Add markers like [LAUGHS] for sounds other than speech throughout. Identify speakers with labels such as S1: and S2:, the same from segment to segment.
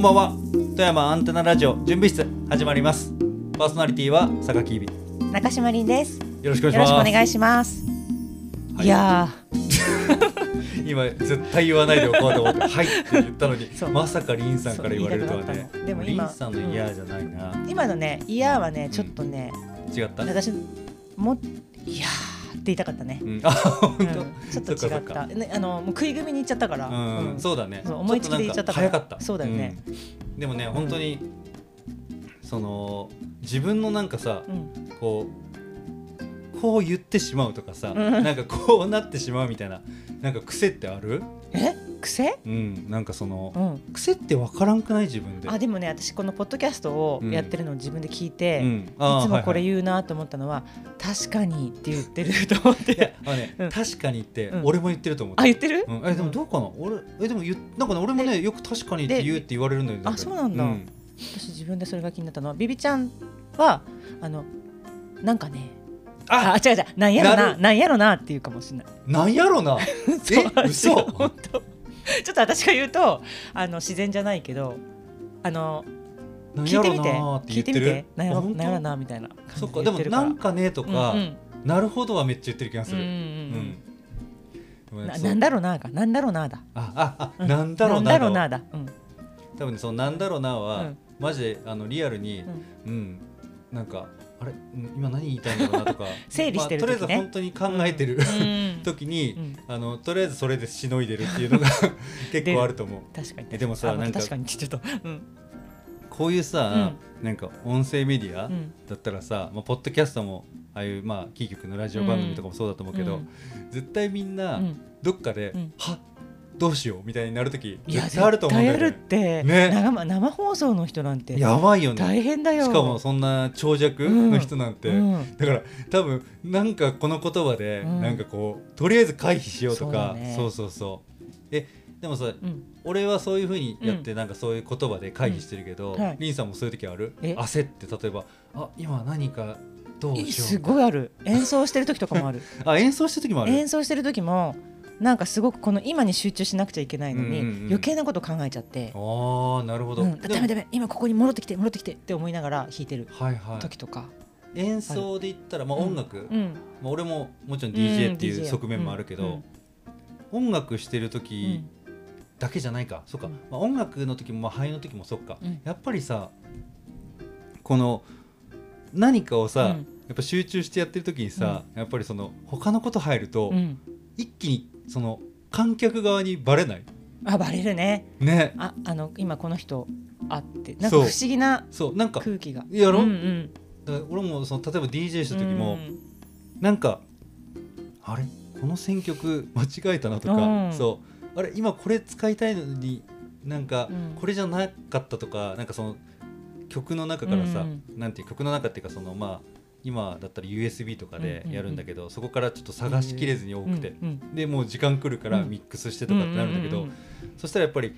S1: ばんは富山アンテナラジオ準備室始まりますパーソナリティは坂木日々
S2: 中島凛です。
S1: よろしくお
S2: よ
S1: 願い
S2: ろ
S1: し
S2: しくお
S1: ます
S2: 願いします。
S1: はい
S2: い、や
S1: 今絶対言わないでおこうと思って「はい」って言ったのに
S2: [LAUGHS] そう
S1: まさかリンさんから言われるとは
S2: そう言い
S1: ね
S2: たくなったのでも
S1: リ
S2: 今
S1: ンさんの嫌じゃないな、
S2: ー、今のね、いやーはね、ちょっとね、
S1: 違った、
S2: 私もいやーって言いたかったね
S1: う。ん、あ本
S2: うん
S1: 当、
S2: ちょっと
S1: そっか
S2: 違
S1: そ
S2: っ
S1: っか
S2: た。ね、あのもう食い組みに行っちゃったから。
S1: うん
S2: うん
S1: そうだね
S2: そう思いつきで言っちゃったから
S1: ょとなんか早かった
S2: そうだよね、
S1: うんでもね本当に、その自分のなんかさ
S2: うん
S1: こうこう言ってしまうとかさ、
S2: うん
S1: なんかこうなってしまうみたいななんか癖ってある
S2: え、癖？
S1: うんなんかその、
S2: うん。
S1: 癖って分からんくない自分で
S2: あ、でもね、私このポッドキャストをやってるのを自分で聞いて、
S1: う
S2: い
S1: ん、あー
S2: つもこれ
S1: はい
S2: 言うなと思ったのは、確かにって言ってると思っ
S1: はいいや
S2: て。
S1: あのね、
S2: うん
S1: 確かにって、
S2: うん
S1: 俺も言ってると思う
S2: あ、言ってる？
S1: うん、えでもどうかな、俺えでもゆなんかね俺もねよく確かにって言うって言われるんだよね
S2: であそうなんだ
S1: うん
S2: 私自分でそれが気になったのはビビちゃんはあのなんかね
S1: あ
S2: あ違う違うなんや
S1: な
S2: ろな
S1: る
S2: なんやろなっていうかもしれない
S1: なんやろ
S2: [LAUGHS]
S1: なえ嘘
S2: 違う本当ちょっと私が言うとあの自然じゃないけどあの
S1: なん
S2: [LAUGHS] 聞
S1: や
S2: いて
S1: ろ
S2: み
S1: な
S2: て
S1: ーって
S2: 聞
S1: 言
S2: い
S1: って
S2: てみて
S1: る
S2: なんやろ
S1: あ本当
S2: なんやろなみたいな感
S1: そ
S2: じ
S1: っ
S2: で
S1: かで
S2: 言っ
S1: も
S2: てる
S1: な
S2: から
S1: んかねとか、
S2: うん
S1: なるほどはめっちゃ言ってる気がす
S2: うんうん
S1: る、
S2: うんうん
S1: うん
S2: うん
S1: でも
S2: な
S1: ね
S2: なんだろうながなんだろうなだ
S1: あああ、
S2: うん
S1: なんだろうな
S2: なんだろうなだうん
S1: 多分ねそのなんだろうなは、
S2: うん
S1: マジであのリアルにう
S2: うん
S1: ん、なんかあれうん今何言いたいんだろうなとか
S2: [LAUGHS] 整理してる
S1: ま
S2: 時
S1: あとりあ
S2: ね
S1: えず本当に考えてる、 [LAUGHS]
S2: うん
S1: 時に、
S2: うん
S1: あのとりあえずそれでしのいでるっていうのが [LAUGHS] 結構あると思う
S2: 確かに
S1: えでもさ
S2: あ
S1: なんか
S2: 確かにって言っちょっとうん
S1: こういうさ、なんか音声メディア
S2: うん
S1: だったらさ、まあ、ポッドキャストもああいうまあキー局のラジオ番組とかもそうだと思うけど、
S2: うん
S1: 絶対みんな、
S2: うん
S1: どっかで、
S2: うん
S1: はっどうしようみたいになる時
S2: いや
S1: 絶対あると思うんだ
S2: 絶対あ
S1: よ
S2: るっ
S1: ね。ね
S2: て、生生放送の人なんて
S1: やばいよね
S2: 大変だよ
S1: しかもそんな長尺
S2: うん
S1: の人なんて、
S2: うん
S1: だから多分なんかこの言葉で、
S2: うん
S1: なんかこうとりあえず回避しようと
S2: そう
S1: か
S2: だね
S1: そうそうそうえでもさ
S2: うん
S1: 俺はそういうふうにやって、なんかそういう言葉で会議してるけど、
S2: うんはい
S1: リンさんもそういう時ある
S2: え
S1: 焦って例えばあ今何かどう
S2: い
S1: し
S2: す
S1: よう
S2: ごいある演奏してる時とかも
S1: [LAUGHS]
S2: ある
S1: あ演奏してる時もある
S2: 演奏してる時もなんかすごくこの今に集中しなくちゃいけないのに、
S1: うんうんうん
S2: 余計なこと考えちゃって、
S1: あーなるほど、
S2: うん、ダ
S1: で
S2: メ
S1: も
S2: ダメ今ここに戻ってきて戻ってきてって思いながら弾いてる
S1: はいはい
S2: 時とか、
S1: 演奏で言ったら、まあ、音楽、
S2: うん
S1: まあ、俺ももちろん
S2: う
S1: DJ
S2: ん
S1: っていう
S2: DJ
S1: 側面もあるけど、音楽してる
S2: う
S1: 時、
S2: ん
S1: だけじゃないかそっか、
S2: うん
S1: まあ、音楽の時も、まあ、俳優の時もそっか、
S2: うん
S1: やっぱりさこの何かをさ、
S2: うん
S1: やっぱ集中してやってる時にさ、やっぱりその他のこと入ると、
S2: うんうん
S1: 一気にその観客側にバレない
S2: あバレるね
S1: ね
S2: ああの今この人あってなんか不
S1: そう
S2: 思議な
S1: そうなんか
S2: 空気が
S1: やろ
S2: うんうん、
S1: だから俺もその例えば DJ した時も、
S2: うん
S1: なんかあれこの選曲間違えたなとか、
S2: うん
S1: そうあれ今これ使いたいのになんか
S2: うん
S1: これじゃなかったとか、なんかその曲の中からさ、
S2: うん
S1: なんていう曲の中っていうかそのまあ今だったら USB とかで
S2: うん
S1: やるんだけど、そこからちょっと探しきれずに多くて、
S2: うんうん
S1: でもう時間来るから
S2: うん
S1: ミックスしてとかってなるんだけど、
S2: うう
S1: そしたらやっぱり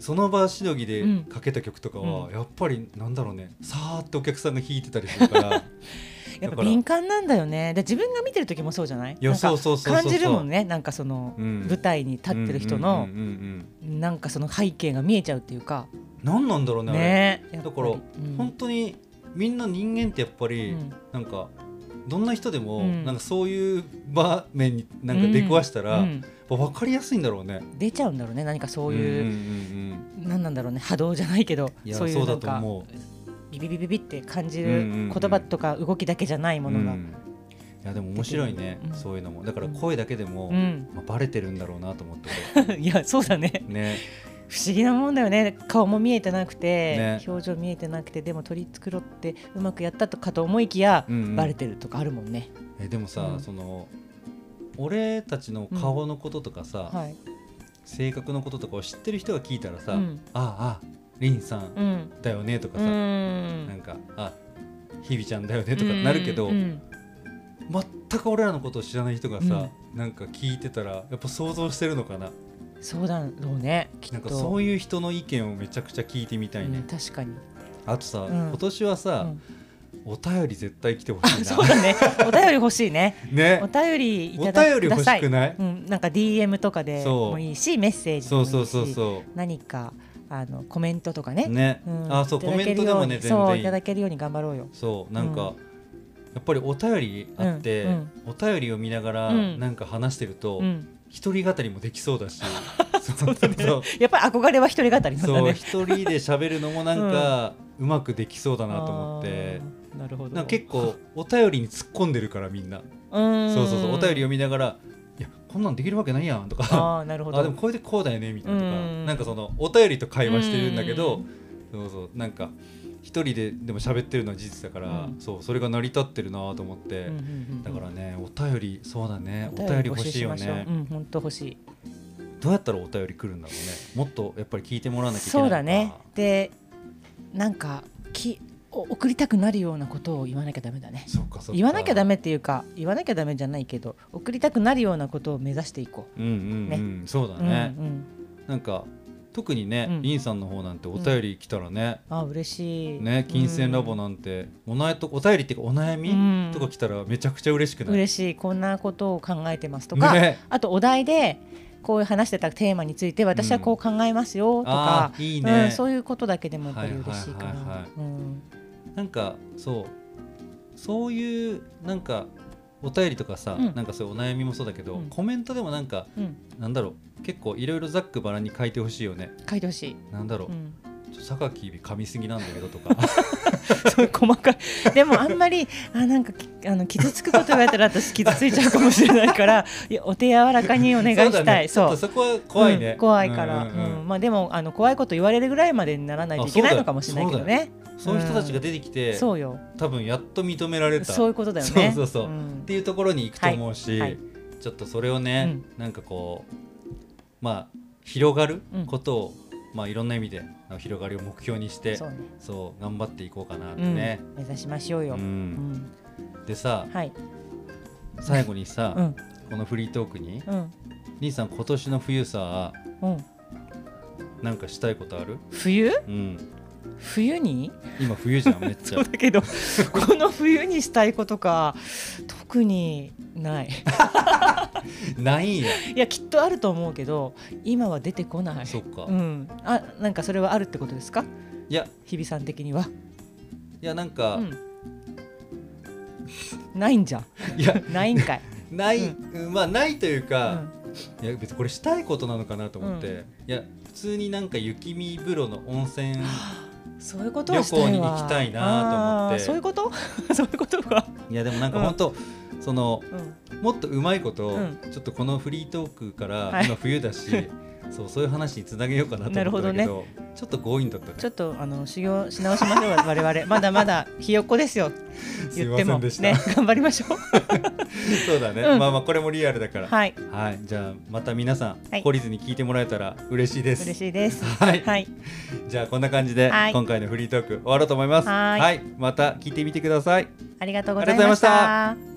S1: その場しのぎで
S2: うん
S1: かけた曲とかは、
S2: うん
S1: やっぱりなんだろうねさーっとお客さんが弾いてたりするから
S2: [LAUGHS] やっ
S1: だ
S2: ぱ
S1: から
S2: 敏感なんだよねで自分が見てる時もそうじゃない
S1: いや
S2: なんか
S1: そうそうそうそうそう
S2: 感じるもんねなんかその、
S1: うん
S2: 舞台に立ってる人の
S1: うん、うんうんうん
S2: なんかその背景が見えちゃうっていうか
S1: 何なんだろうねあれ
S2: ねやっ
S1: だ
S2: ぱり
S1: から、
S2: うん
S1: 本当にみんな人間ってやっぱり、
S2: うん
S1: なんかどんな人でも、
S2: うん
S1: なんかそういう場面になんか出くわしたら、やっ
S2: うん
S1: ぱ分かりやすいんだろうね。
S2: 出ちゃうんだろうね何かそういう、
S1: んんうん
S2: なんなんだろうね波動じゃないけど
S1: いや
S2: そ
S1: そうう
S2: いうな
S1: だ
S2: ん
S1: と
S2: か
S1: 思
S2: ビビビビビって感じ
S1: うんうんう
S2: る言
S1: ん。
S2: 葉とか動きだけじゃないうものが、
S1: う
S2: うん
S1: んいやでも面白いね、
S2: うん
S1: そういうのもだから声だけでも、まあ、バレてるんだろうなと思って
S2: [LAUGHS] いやそうだね
S1: ね
S2: 不思議なもんだよね顔も見えてなくて、
S1: ね
S2: 表情見えてなくてでも取り繕ってうまくやったとかと思いきや、
S1: うんうん
S2: バレてるとかあるもんね。
S1: えでもさ、
S2: うん
S1: その俺たちの顔のこととかさ、
S2: はい、
S1: 性格のこととかを知ってる人が聞いたらさ「
S2: うん
S1: ああありんさん
S2: うん
S1: だよね」とか
S2: う
S1: さ、
S2: ん
S1: なんか「あひびちゃんだよね」とかなるけど、
S2: うんうん
S1: 全く俺らのことを知らない人がさ、なんか聞いてたらやっぱ想像してるのかな
S2: そうだろうねきっと
S1: なんかそういう人の意見をめちゃくちゃ聞いてみたいね、
S2: うん確かに、
S1: あとさ、
S2: ん
S1: 今年は
S2: う
S1: さ、
S2: ん
S1: お便り絶対来てほ
S2: あ
S1: しい [LAUGHS]
S2: [LAUGHS] そうだねお便り欲しいね
S1: なね
S2: お便りい
S1: お
S2: ただ
S1: 便り
S2: くだ
S1: 欲
S2: さ
S1: し
S2: い
S1: くない
S2: うん、なんか DM とかで
S1: そう
S2: もいいしメッセージで
S1: そう
S2: もいいし
S1: そうそうそう
S2: 何かあのコメントとかね
S1: ね、
S2: うん
S1: あそう
S2: いた
S1: コ
S2: だけ
S1: メント
S2: る
S1: で
S2: よう
S1: も
S2: に
S1: ね全
S2: そう
S1: 然
S2: い
S1: い
S2: た
S1: い
S2: だけるように頑張ろうよ
S1: そうなんか、
S2: う
S1: やっぱりお便りあって、
S2: うん
S1: お便りを見ながら
S2: うん
S1: なんか話してると、
S2: うん
S1: 一人語りもできそう
S2: [LAUGHS]
S1: だしそうそうそう
S2: やっぱり憧れは一人語りなんだ
S1: そう
S2: ね
S1: 一人で喋るのもなんか、うまくできそうだなと思って
S2: あーなるほど
S1: なんか結構お便りに突っ込んでるからみんな
S2: うん
S1: そうそうそうお便り読みながら「いやこんなんできるわけないやん」とか
S2: ああなる
S1: 「
S2: ほど
S1: あでもこれでこうだよね」みたいなとか
S2: うん
S1: なんかそのお便りと会話してるんだけどそうそうなんか一人ででも喋ってるのは事実だから
S2: うん
S1: そうそれが成り立ってるなと思っ
S2: う
S1: て
S2: んうんうん
S1: だからねお便りそうだねお
S2: お
S1: 便
S2: 便
S1: り
S2: り
S1: 欲
S2: 募
S1: し
S2: 集
S1: い
S2: し
S1: よ
S2: ましょう
S1: ね
S2: うん本当欲しい
S1: どうやったらお便り来るんだろうねもっとやっぱり聞いてもらわなきゃいけない
S2: そうだ
S1: の
S2: ね
S1: か
S2: でなんかきお送りたくなるようなことを言わなきゃダメだね
S1: そっかそっか
S2: 言わなきゃダメっていうか言わなきゃダメじゃないけど送りたくなるようなことを目指していこ
S1: うんうんうんそうだ
S2: う、
S1: ね
S2: うんうん、
S1: なんか特にね
S2: うん
S1: リンさんの方なんてお便り来たらね
S2: あ嬉しい
S1: ね、金銭ラボ
S2: の、
S1: なんて、おなえとお便りっていうかお悩
S2: う
S1: み
S2: ん
S1: とか来たらめちゃくちゃ嬉しく
S2: うん
S1: ない、
S2: 嬉しいこんなことを考えてますとか、
S1: ね
S2: あとお題でこういう話してたテーマについて私はこう考えますよとか
S1: あ、ーいい
S2: うん
S1: ね、
S2: そういうことだけでもやっぱり嬉しいか
S1: はいはいはいは
S2: ないうん
S1: なんかそうそういうなんかお便りとかさ、
S2: うん
S1: なんかそういうお悩みもそうだけど、
S2: うん
S1: コメントでもなんか
S2: うん
S1: なんだろう結構いろいろざっくばらんに書いてほしいよね
S2: 書いてほしい、
S1: なんだろう
S2: う、ん
S1: ちょっと榊指噛みすぎなんだけど
S2: [LAUGHS]
S1: とか
S2: そういう細かいでもあんまりあなんかきあの傷つくこと言われたら私傷ついちゃうかもしれないからいやお手柔らかにお願い
S1: そう
S2: した
S1: だね
S2: い
S1: ちょっとそ
S2: そう
S1: こは怖いね、
S2: うん怖いから、
S1: う
S2: うんん
S1: うんうん
S2: まあでもあの怖いこと言われるぐらいまでにならないといけないのかもしれないけどね
S1: そういう人たちが出てきて、
S2: そうよ
S1: 多分やっと認められた
S2: そういうことだよね
S1: そうそうそうんっていうところに行くと思うし、
S2: はいはい
S1: ちょっとそれをね、なんかこうまあ広がることを、まあいろんな意味であの広がりを目標にして
S2: そ
S1: そう
S2: うね
S1: 頑張っていこうかなって
S2: うん
S1: ね。
S2: 目指しましょう
S1: う
S2: よ、うん
S1: んでさ
S2: はい
S1: 最後にさ、
S2: うん
S1: このフリートークに
S2: うん
S1: 兄さん今年の冬さ
S2: うん
S1: なんかしたいことある、
S2: 冬
S1: うん、
S2: 冬に
S1: 今冬じゃんめっち
S2: [LAUGHS] そ
S1: ゃ
S2: うだけどこの冬にしたいことか特にない
S1: ないんや
S2: いやきっとあると思うけど今は出てこない
S1: そっか、
S2: う
S1: い
S2: ん、あなんかそれはあるってことですか
S1: や
S2: 日比さん的には、
S1: いやなんか、
S2: うん、ないんじゃん
S1: いや [LAUGHS]
S2: ないんかい、
S1: ない、
S2: う
S1: うんまあないという
S2: う
S1: か、
S2: ん
S1: いや別にこれしたいことなのかなと思って、
S2: うん
S1: いや普通になんか雪見風呂の温泉
S2: そういうことをしたいわ
S1: 旅行に行きたいなと思って
S2: あーそういうこと [LAUGHS] そういうことか、
S1: いやでもなんか
S2: うん
S1: 本当、その
S2: うん、
S1: もっとうまいこと、
S2: うん
S1: ちょっとこのフリートークから、
S2: はい
S1: 今冬だし
S2: [LAUGHS]
S1: そうそういう話につなげようかなと思ったんだ
S2: な
S1: け
S2: る
S1: どちょっと強引だったね
S2: ちょっとあの修行し直しましょう我々まだまだひよっこですよ
S1: すい
S2: 言
S1: ま
S2: っ
S1: せ
S2: ても
S1: んでした、
S2: ね頑張りましょ
S1: [LAUGHS]
S2: う
S1: そうだね、
S2: うん
S1: まあまあこれもリアルだからはい、
S2: はい
S1: じゃあまた皆さん、
S2: はい
S1: 懲りずに聞いてもらえたら嬉しいです
S2: 嬉しいです
S1: はい、
S2: はい
S1: じゃあこんな感じで、
S2: はい
S1: 今回のフリートーク終わろうと思います
S2: はい
S1: また聞いてみてください
S2: ありがとう
S1: ご
S2: ご
S1: ざ
S2: ざ
S1: い
S2: い
S1: ま
S2: ま
S1: し
S2: したた